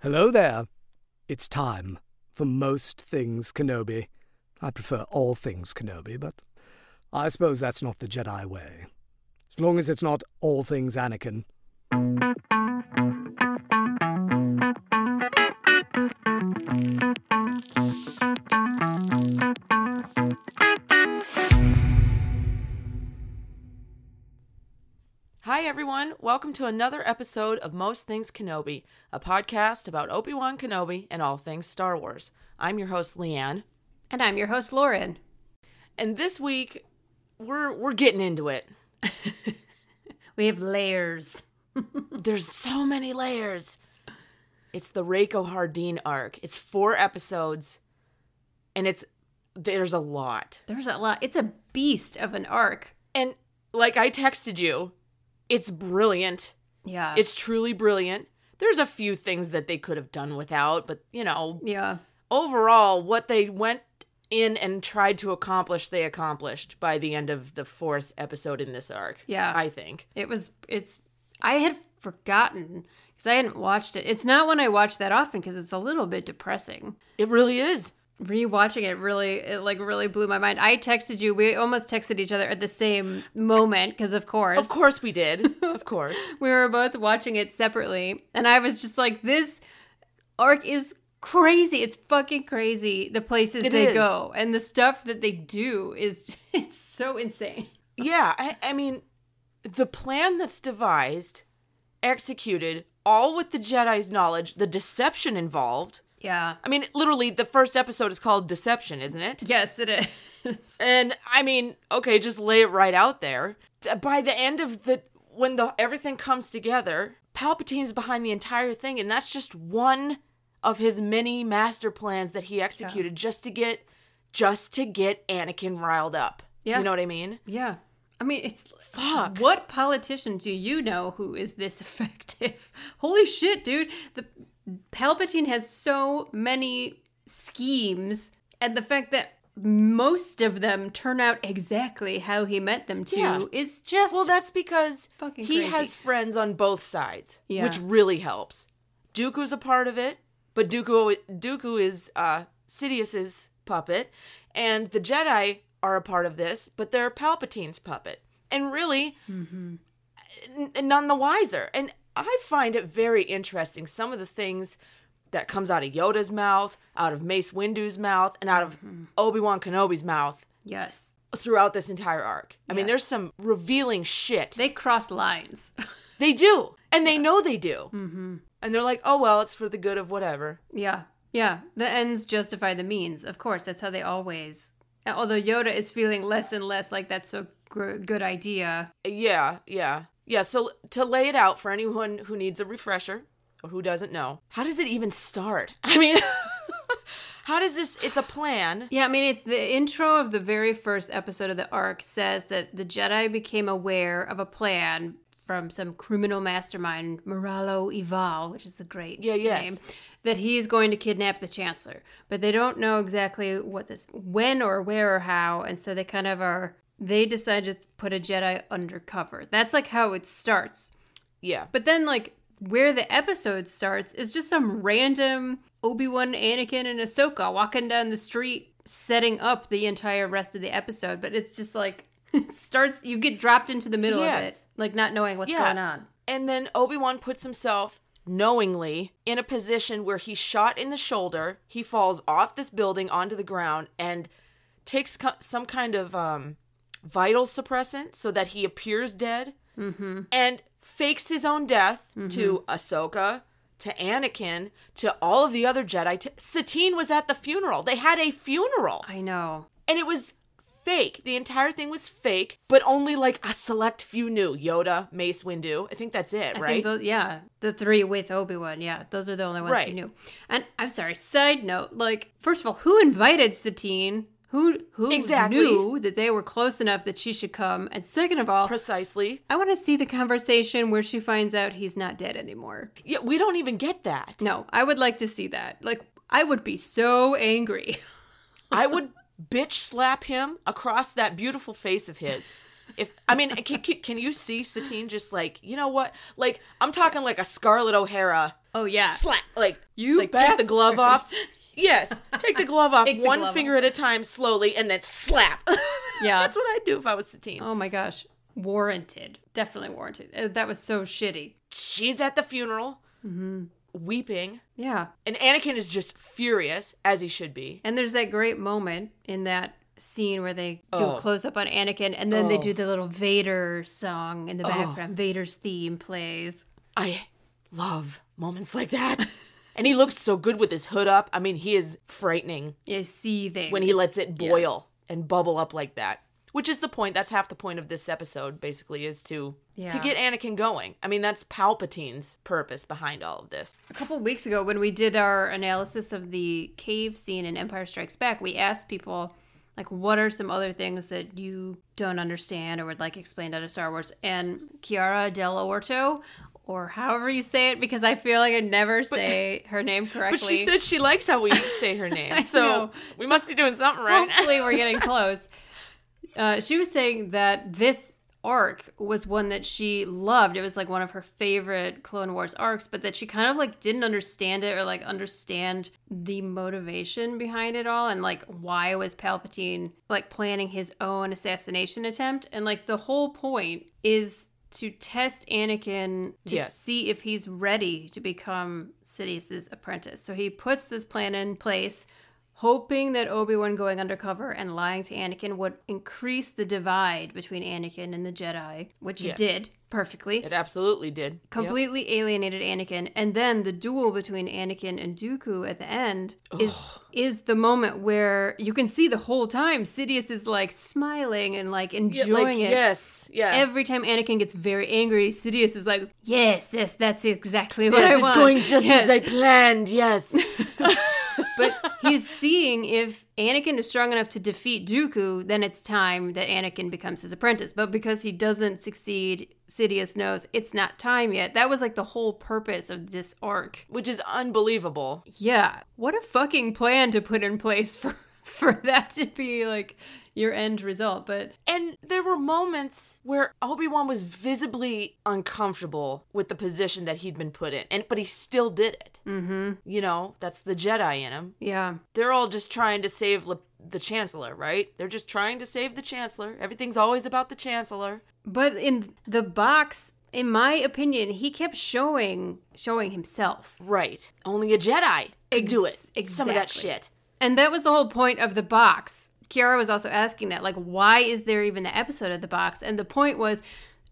Hello there. It's time for most things Kenobi. I prefer all things Kenobi, but I suppose that's not the Jedi way. As long as it's not all things Anakin. Hi, everyone. Welcome to another episode of Most Things Kenobi, a podcast about Obi Wan Kenobi and all things Star Wars. I'm your host, Leanne. And I'm your host, Lauren. And this week, we're, we're getting into it. We have layers. There's so many layers. It's the Reiko Hardin arc, it's four episodes, and it's there's a lot. There's a lot. It's a beast of an arc. And like I texted you, it's brilliant. Yeah. It's truly brilliant. There's a few things that they could have done without, but you know, yeah. overall, what they went in and tried to accomplish, they accomplished by the end of the fourth episode in this arc. Yeah. I think. It was it's I had forgotten cuz I hadn't watched it. It's not one I watch that often cuz it's a little bit depressing. It really is. Rewatching it really it like really blew my mind. I texted you. We almost texted each other at the same moment cuz of course. Of course we did. of course. We were both watching it separately and I was just like this arc is crazy. It's fucking crazy the places It they is. go and the stuff that they do is it's so insane. Yeah, I, I mean, the plan that's devised, executed, all with the Jedi's knowledge, the deception involved. Yeah. I mean, literally, the first episode is called Deception, isn't it? Yes, it is. And I mean, okay, just lay it right out there. T- By the end of the when the everything comes together, Palpatine's behind the entire thing and that's just one of his many master plans that he executed just to get just to get Anakin riled up. Yeah. You know what I mean? Yeah. I mean, it's Fuck. What politician do you know who is this effective? Holy shit, dude. The Palpatine has so many schemes and the fact that most of them turn out exactly how he meant them to Yeah. is just Well, that's because Fucking he crazy. has friends on both sides, Yeah. which really helps. Dooku's a part of it, but Dooku Dooku is uh, Sidious's puppet, and the Jedi are a part of this, but they're Palpatine's puppet, and really, Mm-hmm. n- none the wiser. And I find it very interesting some of the things that comes out of Yoda's mouth, out of Mace Windu's mouth, and out of Mm-hmm. Obi Wan Kenobi's mouth yes. throughout this entire arc. I mean, there's some revealing shit. They, They cross lines. do, and they know they do. Mm-hmm. And they're like, oh, well, it's for the good of whatever. Yeah. Yeah. The ends justify the means. Of course. That's how they always. Although Yoda is feeling less and less like that's a gr- good idea. Yeah, yeah. Yeah, so to lay it out for anyone who needs a refresher or who doesn't know, how does it even start? I mean, how does this, it's a plan. Yeah, I mean, it's the intro of the very first episode of the arc says that the Jedi became aware of a plan from some criminal mastermind, Moralo Ival, which is a great Yeah, yes. name, that he is going to kidnap the Chancellor. But they don't know exactly what this, when or where or how, and so they kind of are. They decide to put a Jedi undercover. That's like how it starts. Yeah. But then, like, where the episode starts is just some random Obi Wan, Anakin, and Ahsoka walking down the street, setting up the entire rest of the episode. But it's just like, it starts, you get dropped into the middle of it, Yes. like, not knowing what's Yeah. going on. And then Obi Wan puts himself knowingly in a position where he's shot in the shoulder. He falls off this building onto the ground and takes co- some kind of um, vital suppressant so that he appears dead and fakes his own death to Ahsoka. To Anakin, to all of the other Jedi. To- Satine was at the funeral. They had a funeral. I know. And it was fake. The entire thing was fake, but only like a select few knew. Yoda, Mace Windu. I think that's it, I right? think those, yeah, the three with Obi Wan. Yeah, those are the only ones Right. you knew. And I'm sorry. Side note, like, first of all, who invited Satine? Who who Exactly. knew that they were close enough that she should come? And second of all, Precisely. I want to see the conversation where she finds out he's not dead anymore. Yeah, we don't even get that. No, I would like to see that. Like, I would be so angry. I would bitch slap him across that beautiful face of his. If I mean, can, can, can you see Satine just like you know what? Like I'm talking like a Scarlett O'Hara Oh yeah. slap, like You like take the glove bastard. off. Yes, take the glove off Take the one glove finger at a time, slowly, and then slap. Yeah. that's what I'd do if I was Satine. Oh my gosh. Warranted. Definitely warranted. Uh, That was so shitty. She's at the funeral, Mm-hmm. weeping, Yeah. and Anakin is just furious, as he should be. And there's that great moment in that scene where they do Oh. a close up on Anakin and then they do the little Vader song in the background. Vader's theme plays. I love moments like that. and he looks so good with his hood up. I mean, he is frightening Is seething. when he lets it boil and bubble up like that. Which is the point. That's half the point of this episode, basically, is to to Yeah. get Anakin going. I mean, that's Palpatine's purpose behind all of this. A couple weeks ago, when we did our analysis of the cave scene in Empire Strikes Back, we asked people, like, what are some other things that you don't understand or would like explained out of Star Wars? And Chiara Del Orto, or however you say it, because I feel like I never say her name correctly. But she said she likes how we say her name, so know. we must be doing something right. Hopefully, we're getting close. Uh, she was saying that this arc was one that she loved. It was like one of her favorite Clone Wars arcs, but that she kind of like didn't understand it or like understand the motivation behind it all and like why was Palpatine like planning his own assassination attempt? And like the whole point is to test Anakin to Yes. see if he's ready to become Sidious's apprentice. So he puts this plan in place, hoping that Obi-Wan going undercover and lying to Anakin would increase the divide between Anakin and the Jedi, which Yes. it did perfectly. It absolutely did. Yep. Completely alienated Anakin, and then the duel between Anakin and Dooku at the end is is the moment where you can see the whole time Sidious is like smiling and like Yeah, like, enjoying it. Yes. Yeah. Every time Anakin gets very angry, Sidious is like, "Yes, yes, that's exactly what I Yes, want." it's going just Yes. as I planned. Yes. but he's seeing if Anakin is strong enough to defeat Dooku, then it's time that Anakin becomes his apprentice. But because he doesn't succeed, Sidious knows it's not time yet. That was like the whole purpose of this arc. Which is unbelievable. Yeah. What a fucking plan to put in place for for that to be like your end result. But And there were moments where Obi-Wan was visibly uncomfortable with the position that he'd been put in. And but he still did it. Mm-hmm. You know, that's the Jedi in him. yeah. They're all just trying to save Le- the Chancellor, right? They're just trying to save the Chancellor. Everything's always about the Chancellor. But in the box, in my opinion, he kept showing showing himself. Right. Only a Jedi could do it. Ex- Some of that exactly. shit. And that was the whole point of the box. Kiara was also asking that, like, why is there even the episode of the box? And the point was,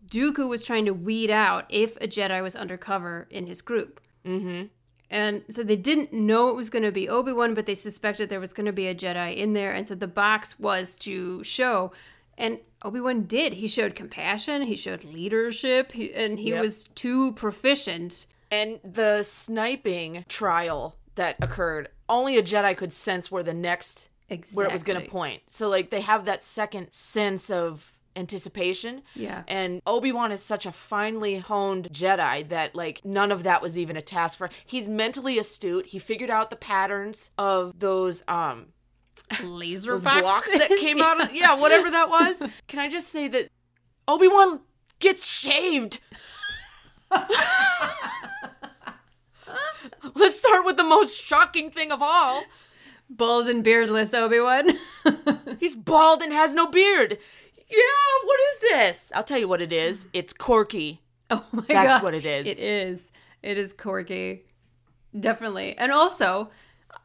Dooku was trying to weed out if a Jedi was undercover in his group. Mm-hmm. And so they didn't know it was going to be Obi Wan, but they suspected there was going to be a Jedi in there. And so the box was to show. And Obi Wan did. He showed compassion. He showed leadership. He, and he Yep. was too proficient. And the sniping trial that occurred, only a Jedi could sense where the next Exactly. where it was going to point. So like they have that second sense of anticipation. Yeah. And Obi-Wan is such a finely honed Jedi that like none of that was even a task for. He's mentally astute. He figured out the patterns of those um Laser those boxes. blocks that came out of yeah, whatever that was. Can I just say that Obi-Wan gets shaved? Let's start with the most shocking thing of all. bald and beardless Obi Wan. He's bald and has no beard. Yeah, what is this? I'll tell you what it is. It's Corky. oh my god, That's what it is. It is. It is Corgi, definitely. And also,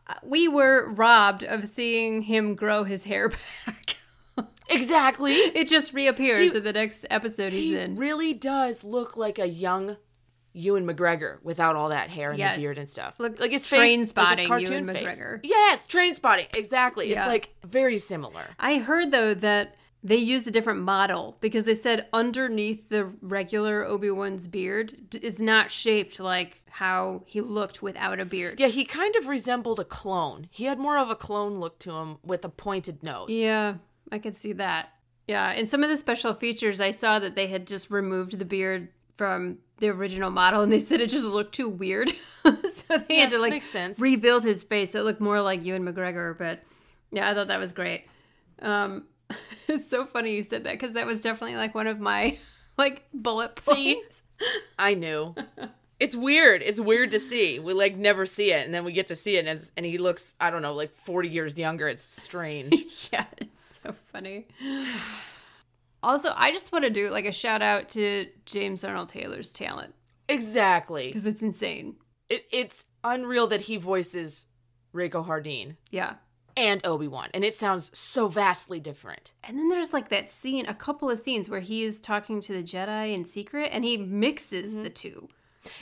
uh, we were robbed of seeing him grow his hair back. Exactly. it just reappears in the next episode he's He in. really does look like a young Ewan McGregor without all that hair and Yes. the beard and stuff. Looks like it's train spotting like his Ewan cartoon face. McGregor. Yes, train spotting. Exactly. Yeah. It's like very similar. I heard though that they used a different model because they said underneath the regular Obi Wan's beard d- is not shaped like how he looked without a beard. Yeah, he kind of resembled a clone. He had more of a clone look to him with a pointed nose. Yeah, I could see that. Yeah, and some of the special features I saw that they had just removed the beard from the original model, and they said it just looked too weird, so they had to like makes sense. rebuild his face so it looked more like Ewan McGregor. But yeah, I thought that was great. Um, it's so funny you said that because that was definitely like one of my like bullet points. I knew. It's weird. It's weird to see. We like never see it, and then we get to see it, and it's, and he looks, I don't know, like forty years younger. It's strange. yeah, it's so funny. Also, I just want to do like a shout out to James Arnold Taylor's talent exactly. because it's insane. It, it's unreal that he voices Reiko Hardin Yeah. and Obi Wan, and it sounds so vastly different. And then there's like that scene, a couple of scenes where he is talking to the Jedi in secret and he mixes Mm-hmm. the two.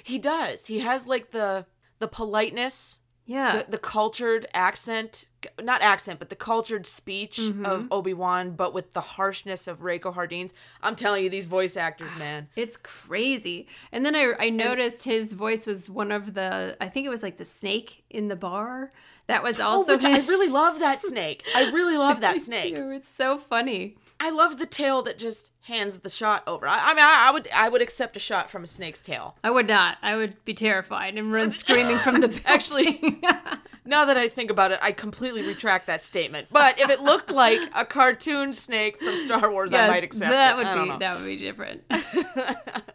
He does. He has like the the politeness Yeah. the, the cultured accent not accent but the cultured speech of obi-wan but with the harshness of reiko hardin's i'm telling you these voice actors man It's crazy. And then I, I noticed his voice was one of the, I think it was like the snake in the bar. That was also oh, which i his. really love that snake i really love that snake Ew, It's so funny. i love the tail that just hands the shot over i, I mean I, I would i would accept a shot from a snake's tail I would not. I would be terrified and run screaming from the building. Actually- now that i think about it i completely retract that statement but if it looked like a cartoon snake from star wars i Yes, might accept that it. would I don't be know. that would be different.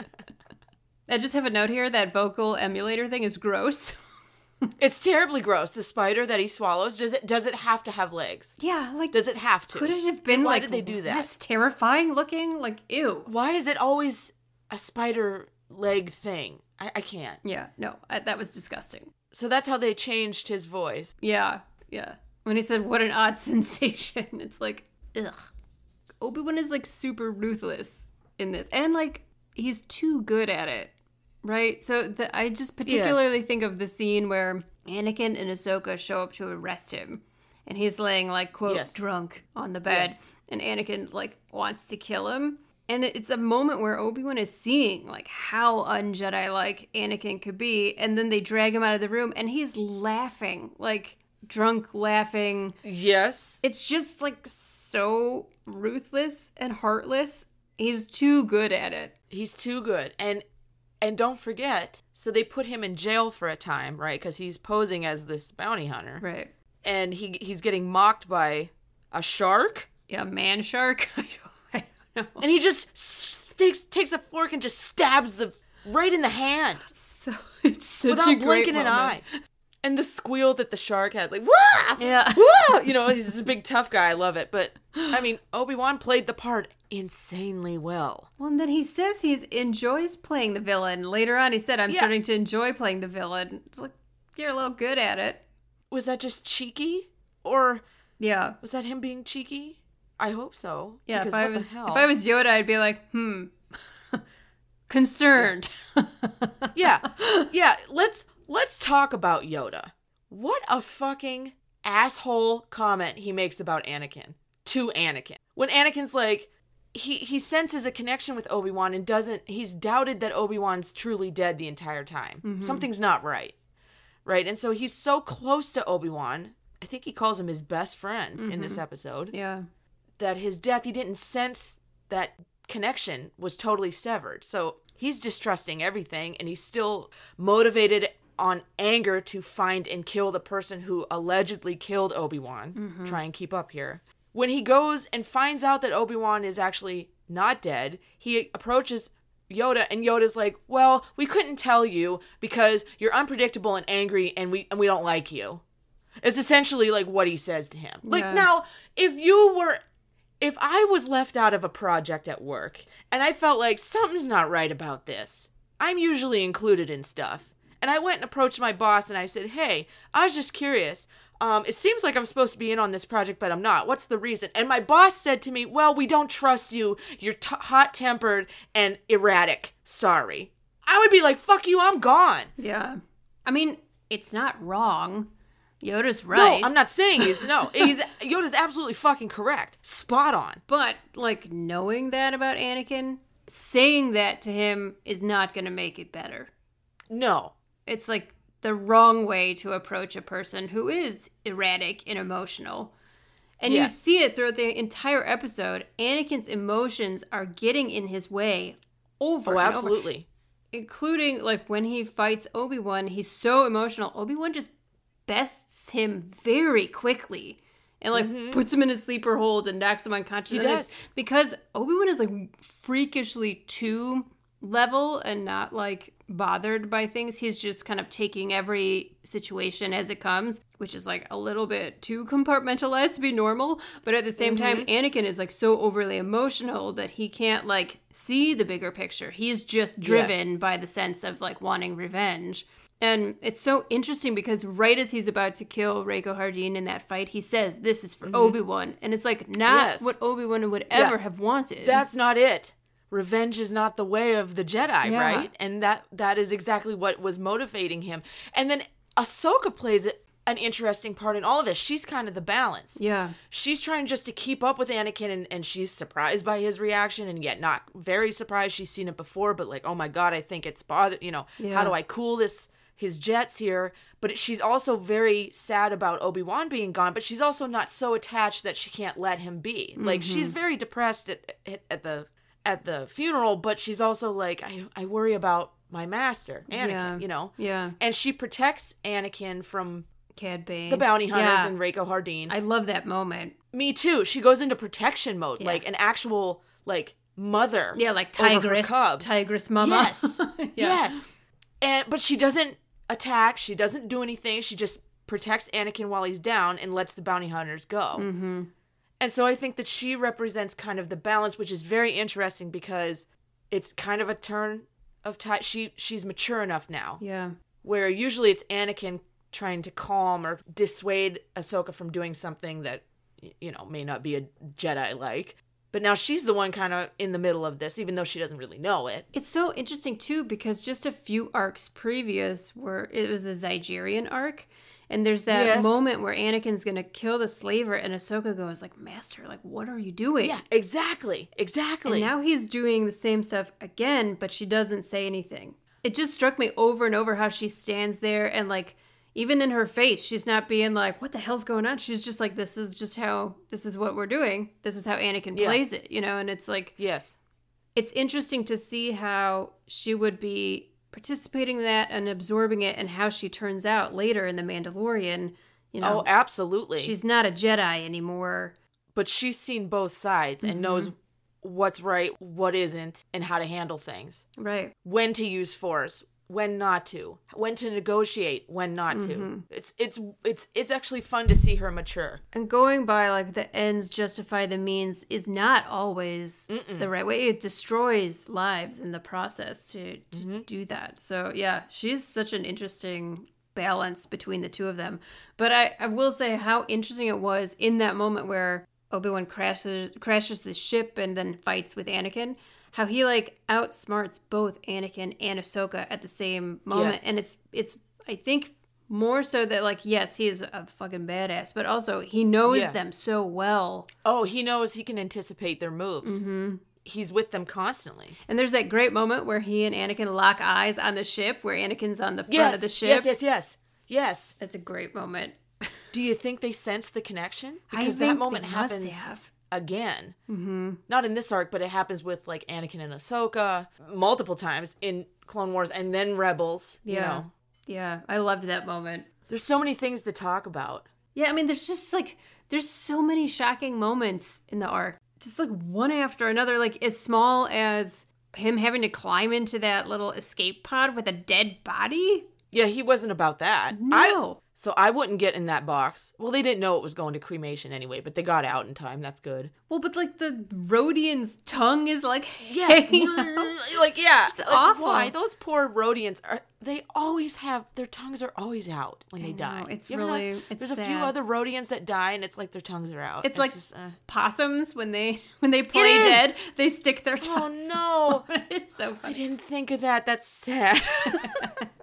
I just have a note here that vocal emulator thing is gross. it's terribly gross the spider that he swallows does it does it have to have legs Yeah, like Does it have to? could it have been Why like did they do that? less terrifying looking? Like ew. Why is it always a spider leg thing? I, I can't. Yeah, no, I, that was disgusting. So that's how they changed his voice. Yeah, yeah. When he said, "What an odd sensation," it's like, ugh. Obi Wan is like super ruthless in this, and like he's too good at it, right? So the, I just particularly think of the scene where Anakin and Ahsoka show up to arrest him, and he's laying like quote Yes. drunk on the bed, and Anakin like wants to kill him. And it- it's a moment where Obi Wan is seeing like how un Jedi like Anakin could be, and then they drag him out of the room, and he's laughing like drunk laughing. Yes. It's just like so ruthless and heartless. He's too good at it. He's too good. And and don't forget, so they put him in jail for a time, right? Because he's posing as this bounty hunter. Right. And he he's getting mocked by a shark. Yeah, man shark. I don't, I don't know. And he just s- takes takes a fork and just stabs the right in the hand So it's such a without great blinking an eye. moment. And the squeal that the shark had, like, Wah! Yeah. Whoa! You know, he's this big tough guy. I love it. But, I mean, Obi Wan played the part insanely well. Well, and then he says he enjoys playing the villain. Later on, he said, "I'm Yeah. starting to enjoy playing the villain." It's like you're a little good at it. Was that just cheeky? Or Yeah. was that him being cheeky? I hope so. Yeah. Because if I what was the hell? if I was Yoda, I'd be like, hmm, concerned. Yeah. Yeah. Let's let's talk about Yoda. What a fucking asshole comment he makes about Anakin to Anakin. When Anakin's like he he senses a connection with Obi-Wan and doesn't he's doubted that Obi-Wan's truly dead the entire time. Something's not right. Right? And so he's so close to Obi-Wan. I think he calls him his best friend in this episode yeah. that his death he didn't sense that connection was totally severed so he's distrusting everything and he's still motivated on anger to find and kill the person who allegedly killed obi-wan try and keep up here when he goes and finds out that obi-wan is actually not dead he approaches yoda and yoda's like well we couldn't tell you because you're unpredictable and angry and we and we don't like you it's essentially like what he says to him. Like Yeah. now, if you were if I was left out of a project at work and I felt like something's not right about this, I'm usually included in stuff. And I went and approached my boss and I said, Hey, I was just curious. Um, it seems like I'm supposed to be in on this project, but I'm not. What's the reason? And my boss said to me, Well, we don't trust you. You're t- hot tempered and erratic. Sorry. I would be like, Fuck you, I'm gone. Yeah. I mean, it's not wrong. Yoda's right. No, I'm not saying he's no. He's Yoda's absolutely fucking correct. Spot on. But like knowing that about Anakin, saying that to him is not going to make it better. No. It's like the wrong way to approach a person who is erratic and emotional. And Yeah. you see it throughout the entire episode. Anakin's emotions are getting in his way over Oh, and over absolutely. including like when he fights Obi-Wan, he's so emotional. Obi-Wan just bests him very quickly and like puts him in a sleeper hold and knocks him unconscious. Mm-hmm. He And it's- does. because Obi-Wan is like freakishly too level and not like bothered by things. He's just kind of taking every situation as it comes, which is like a little bit too compartmentalized to be normal. But at the same Mm-hmm. time, Anakin is like so overly emotional that he can't like see the bigger picture. He's just driven by the sense of like wanting revenge. And it's so interesting because right as he's about to kill Reiko Hardin in that fight, he says, This is for Obi Wan. And it's like not Mm-hmm. Yes. what Obi Wan would ever have wanted. That's not it. Revenge is not the way of the Jedi, Yeah. right? And that that is exactly what was motivating him. And then Ahsoka plays an interesting part in all of this. She's kind of the balance. yeah. she's trying just to keep up with Anakin and, and she's surprised by his reaction and yet not very surprised. She's seen it before, but like, oh my God, I think it's bother you know, Yeah. how do I cool this his jets here? But she's also very sad about Obi-Wan being gone, but she's also not so attached that she can't let him be. Like Mm-hmm. she's very depressed at at- at the at the funeral, but she's also like, I, I worry about my master, Anakin, Yeah. you know? Yeah. And she protects Anakin from Cad Bane. the bounty hunters Yeah. and Reiko Hardin. I love that moment. Me too. She goes into protection mode, like an actual like mother. Yeah, like over her tigress, cub. tigress mama. yes, yes. And but she doesn't attack. She doesn't do anything. She just protects Anakin while he's down and lets the bounty hunters go. Mm-hmm. And so I think that she represents kind of the balance, which is very interesting because it's kind of a turn of tide. She she's mature enough now yeah. where usually it's Anakin trying to calm or dissuade Ahsoka from doing something that y- you know may not be a Jedi like. But now she's the one kind of in the middle of this, even though she doesn't really know it. It's so interesting too because just a few arcs previous were it was the Zygerian arc, and there's that Yes. moment where Anakin's gonna kill the slaver, and Ahsoka goes like, "Master, like, what are you doing?" Yeah, exactly, And exactly. now he's doing the same stuff again, but she doesn't say anything. It just struck me over and over how she stands there and like even in her face, she's not being like, "What the hell's going on?" She's just like, "This is just how this is what we're doing. This is how Anakin Yeah. plays it," you know. And it's like yes, it's interesting to see how she would be participating in that and absorbing it, and how she turns out later in the Mandalorian. You know, oh, absolutely. she's not a Jedi anymore. but she's seen both sides and knows Mm-hmm. what's right, what isn't, and how to handle things. Right. when to use force when not to when to negotiate when not Mm-hmm. to it's it's it's it's actually fun to see her mature And going by like the ends justify the means is not always the right way. It destroys lives in the process to, to do that. So yeah, she's such an interesting balance between the two of them. But I, I will say how interesting it was in that moment where Obi-Wan crashes crashes the ship and then fights with Anakin. How he like outsmarts both Anakin and Ahsoka at the same moment. Yes. And it's it's I think more so that like yes, he is a fucking badass, but also he knows Yeah. them so well. oh he knows he can anticipate their moves Mm-hmm. he's with them constantly And there's that great moment where he and Anakin lock eyes on the ship where Anakin's on the front yes of the ship. yes yes yes yes That's a great moment. do you think they sense the connection I because think that they moment must happens have. again mm-hmm. not in this arc but it happens with like anakin and ahsoka multiple times in clone wars and then rebels Yeah. you know Yeah, I loved that moment. there's so many things to talk about Yeah, I mean, there's just like there's so many shocking moments in the arc, just like one after another. Like as small as him having to climb into that little escape pod with a dead body. yeah he wasn't about that I- No, So I wouldn't get in that box. Well, they didn't know it was going to cremation anyway, but they got out in time. That's good. well, but like the Rodian's tongue is like hanging out. like yeah, it's awful. Why those poor Rhodians are? They always have their tongues are always out when they die. know, it's ever notice- really- it's there's a few sad. other Rhodians that die, and it's like their tongues are out. It's like- just, uh, Possums when they when they play is. dead, they stick their oh tongue. no, it's so I funny. didn't think of that. That's sad.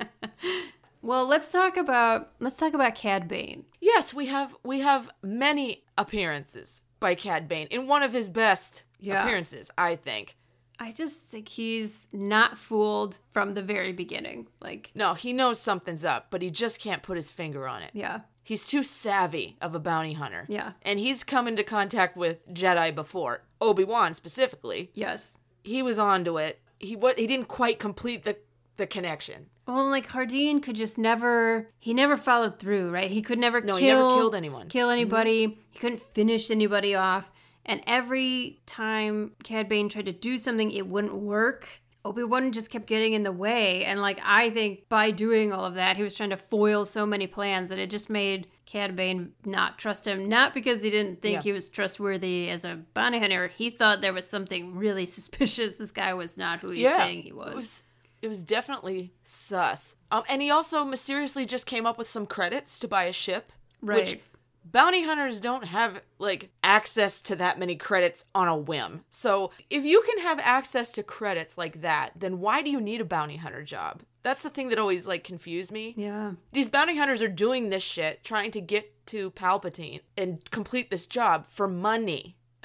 Well, let's talk about let's talk about Cad Bane. yes, we have we have many appearances by Cad Bane in one of his best Yeah. appearances, I think. I just think he's not fooled from the very beginning. Like, No, he knows something's up, but he just can't put his finger on it. yeah, He's too savvy of a bounty hunter. Yeah. And he's come into contact with Jedi before, Obi-Wan specifically. yes. He was onto it. He what he didn't quite complete the the connection. Well, like Hardin could just never he never followed through, right? He could never No, kill he never killed anyone. Mm-hmm. Kill anybody. He couldn't finish anybody off. And every time Cad Bane tried to do something, it wouldn't work. Obi-Wan just kept getting in the way. And like, I think by doing all of that, he was trying to foil so many plans that it just made Cad Bane not trust him. Not because he didn't think Yeah. he was trustworthy as a bounty hunter. He thought there was something really suspicious. This guy was not who he's saying he It was. was it was definitely sus. Um, and he also mysteriously just came up with some credits to buy a ship, Right. bounty hunters don't have like access to that many credits on a whim. So if you can have access to credits like that, then why do you need a bounty hunter job? That's the thing that always like confused me. Yeah. These bounty hunters are doing this shit, trying to get to Palpatine and complete this job for money.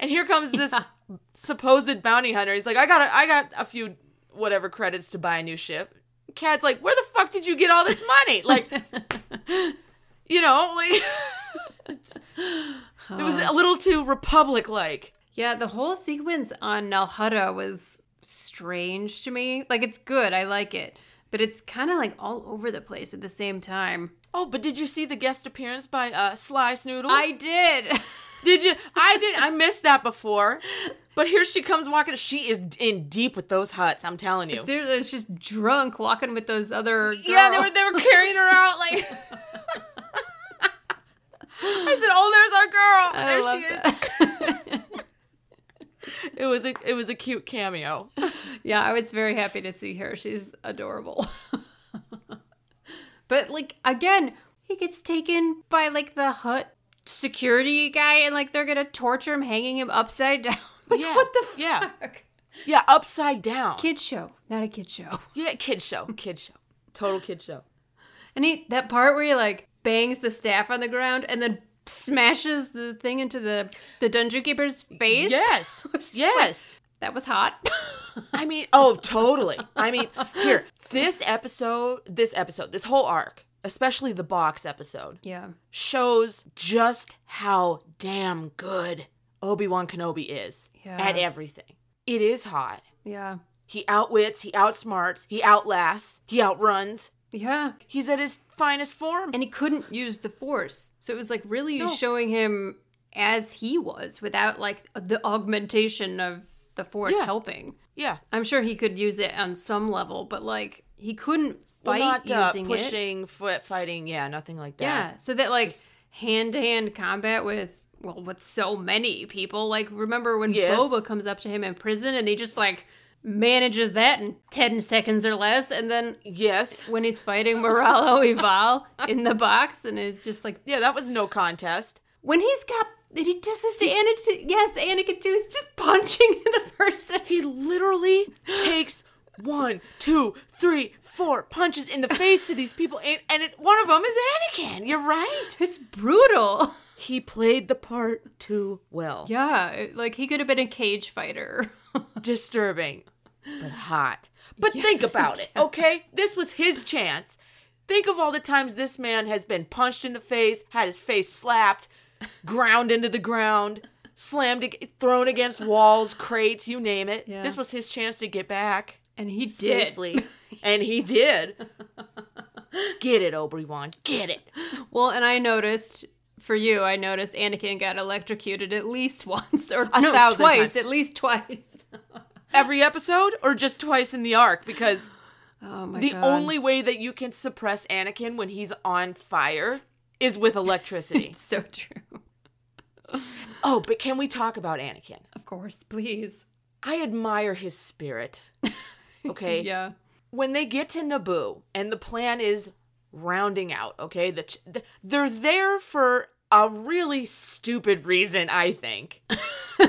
and here comes this supposed bounty hunter. He's like, I got, a, I got a few whatever credits to buy a new ship. Cad's like, where the fuck did you get all this money? Like, you know, like it was a little too republic-like. Yeah, the whole sequence on Nalhada was strange to me. Like, it's good. I like it. But it's kind of like all over the place at the same time. Oh, but did you see the guest appearance by uh, Sly Snoodle? I did. Did you? I did. I missed that before. But here she comes walking. She is in deep with those huts. I'm telling you. Seriously, it's just drunk walking with those other girls. Yeah, they were they were carrying her out like. I said, "Oh, there's our girl. there she is." It was a it was a cute cameo. yeah, I was very happy to see her. She's adorable. but like again, he gets taken by like the hut security guy, and like they're gonna torture him, hanging him upside down. like Yeah, what the fuck? yeah. Yeah, upside down. Kid show, not a kid show. yeah, kid show, kid show, total kid show. And he that part where he like bangs the staff on the ground and then smashes the thing into the the dungeon keeper's face. Yes, It's like- yes. that was hot. I mean, oh, totally. I mean, here, this episode, this episode, this whole arc, especially the box episode, yeah. shows just how damn good Obi Wan Kenobi is Yeah. at everything. It is hot. Yeah. He outwits, he outsmarts, he outlasts, he outruns. Yeah. He's at his finest form. And he couldn't use the force. So it was like really No. showing him as he was without like the augmentation of the force Yeah. helping. yeah. I'm sure he could use it on some level, but like he couldn't Well, fight not uh, using it. pushing, foot fighting, yeah, nothing like that. Yeah, so that like hand to hand combat with well with so many people. Like remember when Yes. Boba comes up to him in prison and he just like manages that in ten seconds or less, and then Yes. when he's fighting Moralo Ival in the box, and it's just like Yeah, that was no contest. when he's got and he does this to Anakin. Yes, Anakin too. He's just punching the person. He literally takes one, two, three, four punches in the face to these people, and, and it, one of them is Anakin. You're right. It's brutal. He played the part too well. Yeah, it- like he could have been a cage fighter. Disturbing, but hot. But think about it, okay? This was his chance. Think of all the times this man has been punched in the face, had his face slapped, ground into the ground, slammed, ag- thrown against walls, crates, you name it. Yeah. This was his chance to get back. And he did. safely. and he did. Get it, Obi-Wan. Get it. Well, and I noticed for you, I noticed Anakin got electrocuted at least once or no, thousand twice, times. at least twice. Every episode or just twice in the arc because Oh my the god. only way that you can suppress Anakin when he's on fire is with electricity. so true. oh, but can we talk about Anakin? Of course, please. I admire his spirit. Okay. Yeah. When they get to Naboo and the plan is rounding out, okay? The ch- the, they're there for a really stupid reason, I think.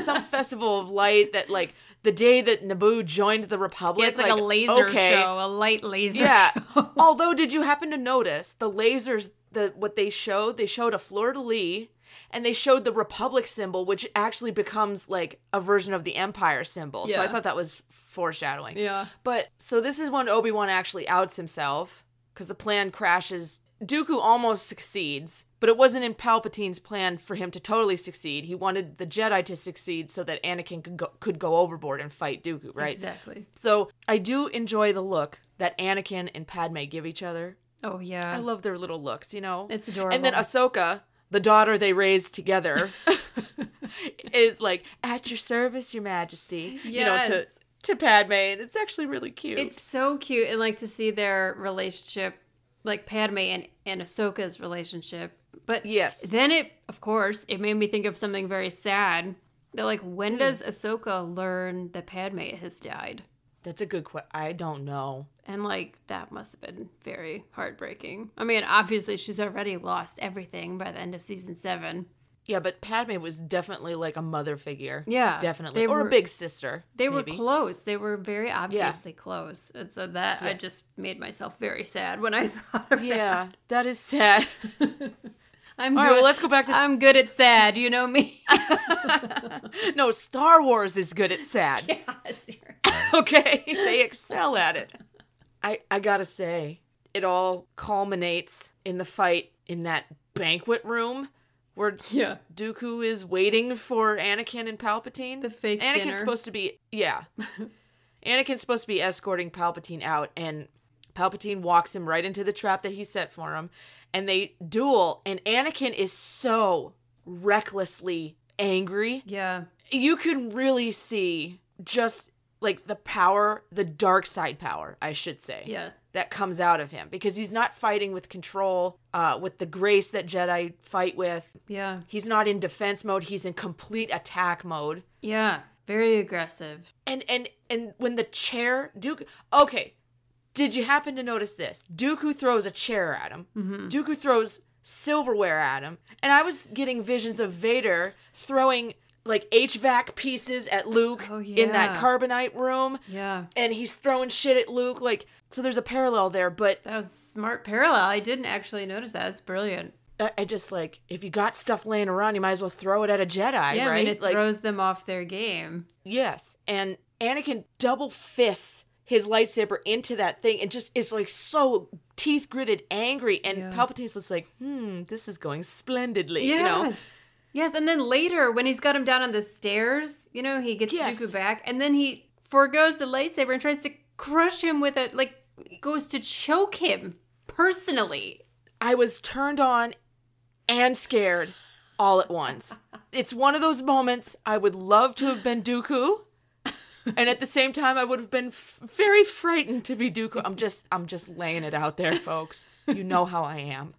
some festival of light that like the day that Naboo joined the Republic. it's like, a laser okay. show, a light laser Yeah. show. Although, did you happen to notice the lasers? The what they showed? They showed a fleur de lis, and they showed the Republic symbol, which actually becomes like a version of the Empire symbol. So I Yeah. thought that was foreshadowing. Yeah. But so this is when Obi Wan actually outs himself because the plan crashes. Dooku almost succeeds, but it wasn't in Palpatine's plan for him to totally succeed. He wanted the Jedi to succeed so that Anakin could go, could go overboard and fight Dooku, right? Exactly. So I do enjoy the look that Anakin and Padme give each other. Oh I yeah. love their little looks, you know? It's And then adorable. Ahsoka, the daughter they raised together, is like, at your service, your majesty. You know, to Yes. to Padme. And it's actually really cute. It's so cute and like to see their relationship, like Padme and, and Ahsoka's relationship. But Yes. then it, of course, it made me think of something very sad. They're like, when Hmm. does Ahsoka learn that Padme has died? That's a good question. I don't know. And like that must have been very heartbreaking. I mean, obviously she's already lost everything by the end of season seven. Yeah, but Padme was definitely like a mother figure. Yeah, Definitely. they Or were- a big sister. They were maybe. close. They were very obviously close. And so that I Yes. just made myself very sad when I thought of that. Yeah, that is sad. I'm All good. right, well, let's go back to- I'm good at sad. You know me. no, Star Wars is good at sad. yes. okay they excel at it i i gotta say it all culminates in the fight in that banquet room where Yeah. Dooku is waiting for Anakin and Palpatine. The fake Anakin's dinner. supposed to be yeah. Anakin's supposed to be escorting Palpatine out, and Palpatine walks him right into the trap that he set for him, and they duel. And Anakin is so recklessly angry Yeah. you can really see just like the power, the dark side power, I should say. Yeah. That comes out of him because he's not fighting with control, uh, with the grace that Jedi fight with. Yeah. He's not in defense mode, he's in complete attack mode. Yeah. Very aggressive. And and and when the chair Duke okay, did you happen to notice this? Dooku throws a chair at him. Mm-hmm. Dooku throws silverware at him, and I was getting visions of Vader throwing like HVAC pieces at Luke Oh, in that yeah. carbonite room, Yeah. and he's throwing shit at Luke. Like so, there's a parallel there, but That was smart parallel. I didn't actually notice that. It's brilliant. I, I just like if you got stuff laying around, you might as well throw it at a Jedi, Yeah, right? I mean, it like, throws them off their game. Yes. And Anakin double fists his lightsaber into that thing and just is like so teeth gritted angry. And Yeah. Palpatine's just like, hmm, this is going splendidly. Yes. You know? Yes, and then later when he's got him down on the stairs, you know, he gets Yes. Dooku back, and then he forgoes the lightsaber and tries to crush him with it, like goes to choke him personally. I was turned on and scared all at once. it's one of those moments I would love to have been Dooku. And at the same time, I would have been f- very frightened to be Dooku. I'm just, I'm just laying it out there, folks. You know how I am.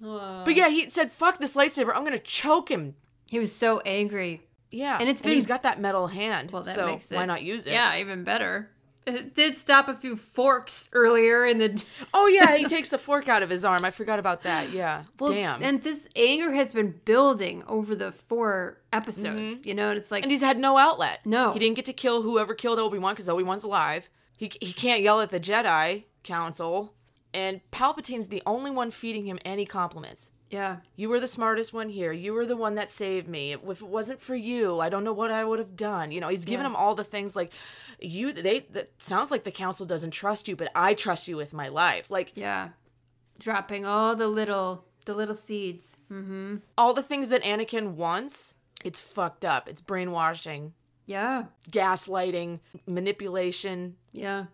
But yeah, he said, "Fuck this lightsaber! I'm gonna choke him." He was so angry. Yeah, And it's been- he's got that metal hand. Well, that so makes it. why not use it? Yeah, even better. It did stop a few forks earlier in the. Oh yeah, he takes a fork out of his arm. I forgot about that. Yeah. Well, Damn. And-, And this anger has been building over the four episodes, Mm-hmm. you know, and it's like. he's had no outlet. No. he didn't get to kill whoever killed Obi Wan because Obi Wan's alive. He he can't yell at the Jedi Council, and Palpatine's the only one feeding him any compliments. yeah. You were the smartest one here. You were the one that saved me. If it wasn't for you, I don't know what I would have done. You know, he's giving Yeah. him all the things like you they that sounds like the council doesn't trust you, but I trust you with my life. Like Yeah. Dropping all the little. The little seeds. all the things that Anakin wants, it's fucked up. It's brainwashing, Yeah. gaslighting, manipulation. Yeah,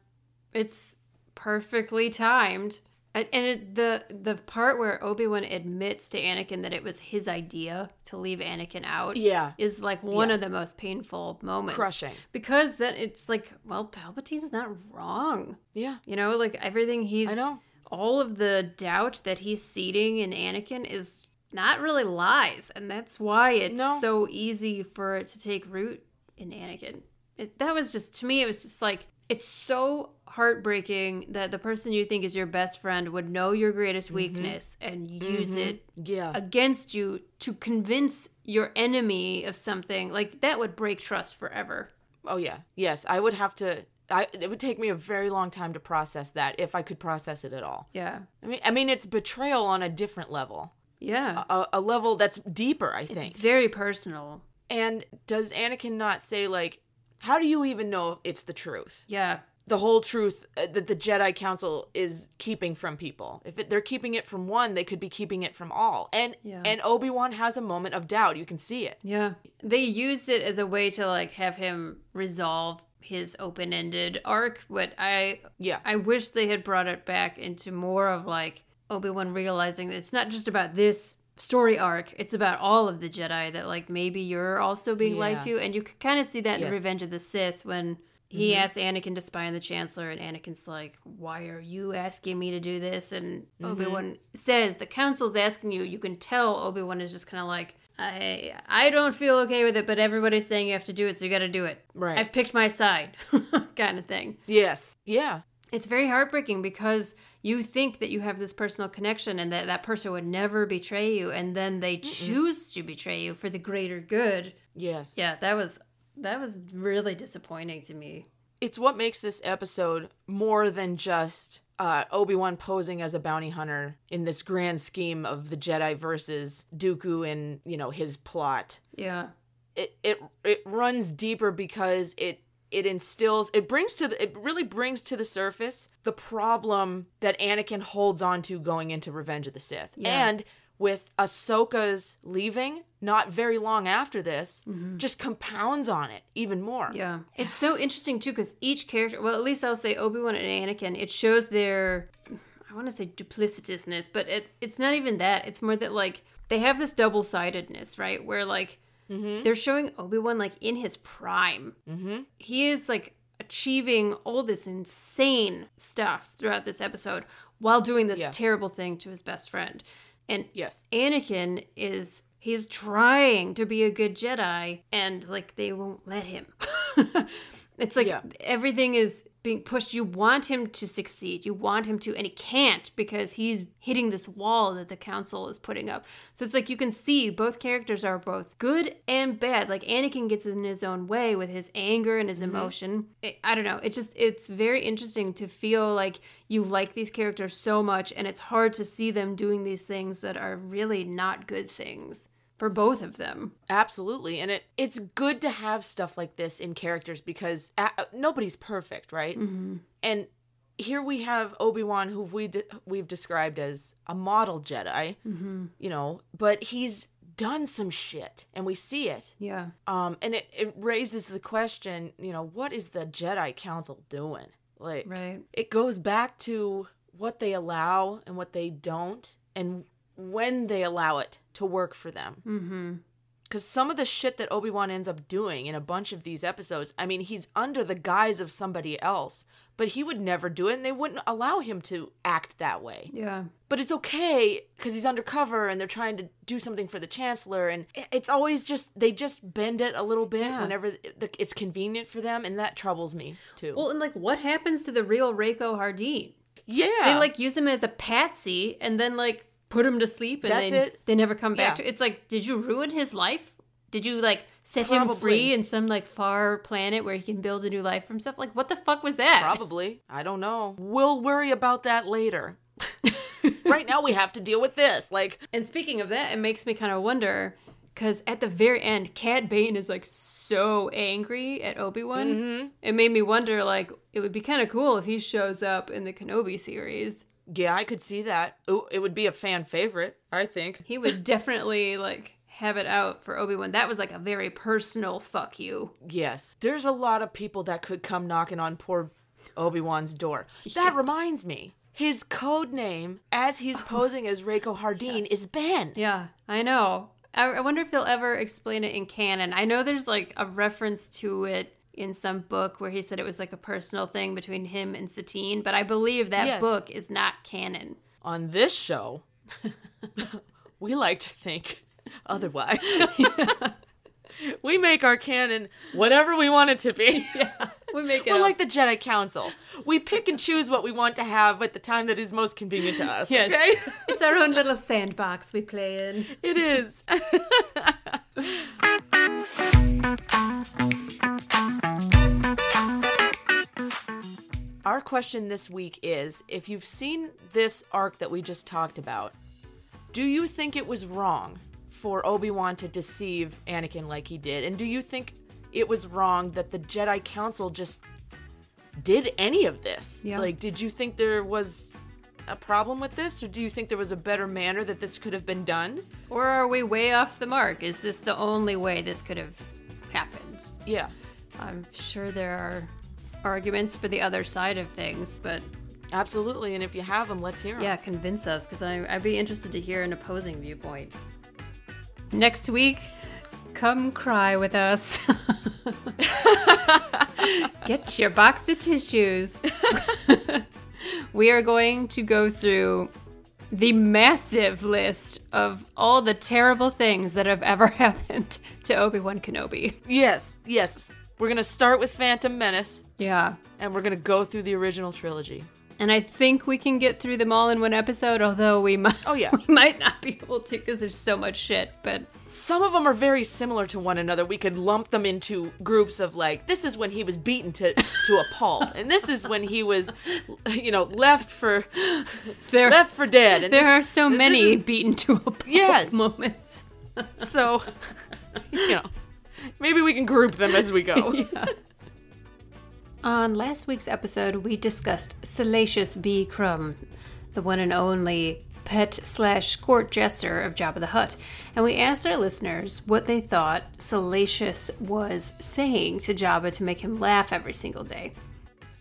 it's perfectly timed, and, and it, the the part where Obi Wan admits to Anakin that it was his idea to leave Anakin out, Yeah. is like one of the most painful moments, Crushing. because then it's like, well, Palpatine's not wrong, Yeah. you know, like everything he's, I know. all of the doubt that he's seeding in Anakin is not really lies, and that's why it's No. so easy for it to take root in Anakin. It, that was just to me, it was just like it's so heartbreaking that the person you think is your best friend would know your Mm-hmm. greatest weakness and use it Yeah. against you to convince your enemy of something. Like that would break trust forever. Oh yeah. Yes, I would have to I it would take me a very long time to process that if I could process it at all. Yeah, I mean I mean it's betrayal on a different level. yeah, A, a level that's deeper, I think. Uh, it's very personal. And does Anakin not say like, "How do you even know it's the truth? Yeah, The whole truth uh, that the Jedi Council is keeping from people. If it, they're keeping it from one, they could be keeping it from all." And Yeah. and Obi Wan has a moment of doubt. You can see it. Yeah. They used it as a way to like have him resolve his open-ended arc, but I Yeah. I wish they had brought it back into more of like Obi-Wan realizing that it's not just about this story arc, it's about all of the Jedi that like maybe you're also being lied Yeah. to and you could kind of see that in Yes. Mm-hmm. Revenge of the Sith when He asks Anakin to spy on the Chancellor, and Anakin's like, Why are you asking me to do this? And Mm-hmm. Obi Wan says, The Council's asking you. You can tell Obi Wan is just kind of like, I, I don't feel okay with it, but everybody's saying you have to do it, so you got to do it. Right. I've picked my side, kind of thing. Yes. Yeah. It's very heartbreaking because you think that you have this personal connection and that that person would never betray you, and then they choose to betray you for the greater good. Yes. Yeah, that was that was really disappointing to me. It's what makes this episode more than just uh, Obi Wan posing as a bounty hunter in this grand scheme of the Jedi versus Dooku and you know his plot. Yeah. It it it runs deeper because it it instills it brings to the it really brings to the surface the problem that Anakin holds on to going into Revenge of the Sith Yeah. and. With Ahsoka's leaving not very long after this, just compounds on it even more. Mm-hmm. Yeah. It's so interesting too cuz each character, well at least I'll say Obi-Wan and Anakin, it shows their I want to say duplicitousness, but it it's not even that. It's more that like they have this double-sidedness, right? Where like they're showing Obi-Wan like in his prime. Mm-hmm. He is like achieving all this insane stuff throughout this episode while doing this Yeah. terrible thing to his best friend. And Yes. Anakin is he's trying to be a good Jedi and like they won't let him. it's like Yeah. everything is being pushed. You want him to succeed. You want him to and he can't because he's hitting this wall that the council is putting up. So it's like you can see both characters are both good and bad. Like Anakin gets in his own way with his anger and Mm-hmm. his emotion. I I don't know. It's just it's very interesting to feel like you like these characters so much and it's hard to see them doing these things that are really not good things for both of them. Absolutely. And it it's good to have stuff like this in characters because uh, nobody's perfect, right? Mm. Mm-hmm. And here we have Obi-Wan who we de- we've described as a model Jedi, mm-hmm. you know, but he's done some shit and we see it. Yeah. Um and it, it raises the question, you know, what is the Jedi Council doing? Like Right. it goes back to what they allow and what they don't and when they allow it to work for them. Mm-hmm. Because some of the shit that Obi Wan ends up doing in a bunch of these episodes, I mean, he's under the guise of somebody else, but he would never do it and they wouldn't allow him to act that way. Yeah. But it's okay because he's undercover and they're trying to do something for the Chancellor, and i- it's always just, they just bend it a little bit Yeah. whenever th- th- it's convenient for them, and that troubles me too. Well, and like what happens to the real Reiko Hardin? yeah. They like use him as a patsy and then like put him to sleep and That's then it. they never come back Yeah. to It's like, did you ruin his life? Did you like set him free Probably. in some like far planet where he can build a new life for himself? Like what the fuck was that? Probably. I don't know. We'll worry about that later. right now, we have to deal with this. Like, And speaking of that, it makes me kind of wonder because at the very end, Cad Bane is like so angry at Obi Wan. Mm-hmm. It made me wonder like it would be kind of cool if he shows up in the Kenobi series. yeah, I could see that. Ooh, it would be a fan favorite, I think. He would definitely like have it out for Obi Wan. That was like a very personal fuck you. Yes. There's a lot of people that could come knocking on poor Obi Wan's door. That reminds me. His code name, as he's posing as Reiko Hardin, is Ben. Yeah, I know. I, I wonder if they'll ever explain it in canon. I know there's like a reference to it in some book where he said it was like a personal thing between him and Satine, but I believe that Yes. book is not canon. On this show, we like to think otherwise. we make our canon whatever we want it to be. We make it We're up. like the Jedi Council. We pick and choose what we want to have at the time that is most convenient to us. Yes. Okay? it's our own little sandbox we play in. It is. Our question this week is if you've seen this arc that we just talked about, do you think it was wrong for Obi-Wan to deceive Anakin like he did? And do you think it was wrong that the Jedi Council just did any of this? Yeah. Like did you think there was a problem with this or do you think there was a better manner that this could have been done? Or are we way off the mark? Is this the only way this could have happened? Yeah. I'm sure there are arguments for the other side of things, but Absolutely, and if you have them, let's hear them. yeah, convince us because I'd be interested to hear an opposing viewpoint. Next week, come cry with us. Get your box of tissues. we are going to go through the massive list of all the terrible things that have ever happened to Obi-Wan Kenobi. Yes, yes. We're going to start with Phantom Menace Yeah. and we're going to go through the original trilogy. And I think we can get through them all in one episode, although we might Oh, yeah. we might not be able to because there's so much shit. But Some of them are very similar to one another. We could lump them into groups of like, this is when he was beaten to, to a pulp, and this is when he was, you know, left for there left for dead. And there are so many is- beaten to a pulp Yes. moments. so, you know, maybe we can group them as we go. On last week's episode, we discussed Salacious B. Crumb, the one and only pet slash court jester of Jabba the Hutt, and we asked our listeners what they thought Salacious was saying to Jabba to make him laugh every single day.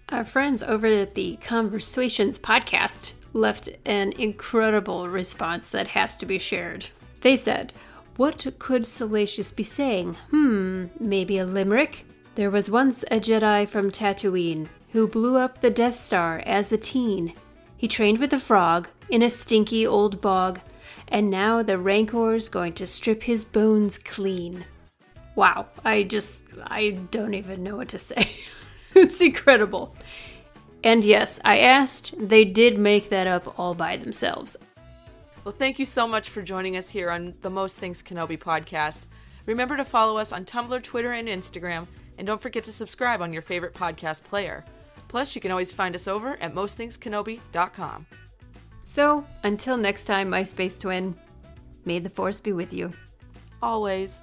Our friends over at the Conversations podcast left an incredible response that has to be shared. They said, What could Salacious be saying? Hmm, maybe a limerick? There was once a Jedi from Tatooine who blew up the Death Star as a teen. He trained with a frog in a stinky old bog, and now the Rancor's going to strip his bones clean. Wow, I just, I don't even know what to say. it's incredible. And yes, I asked, they did make that up all by themselves. Well, thank you so much for joining us here on the Most Things Kenobi podcast. Remember to follow us on Tumblr, Twitter, and Instagram, and don't forget to subscribe on your favorite podcast player. Plus, you can always find us over at mostthingskenobi.com. So, until next time, my space twin, may the force be with you. Always.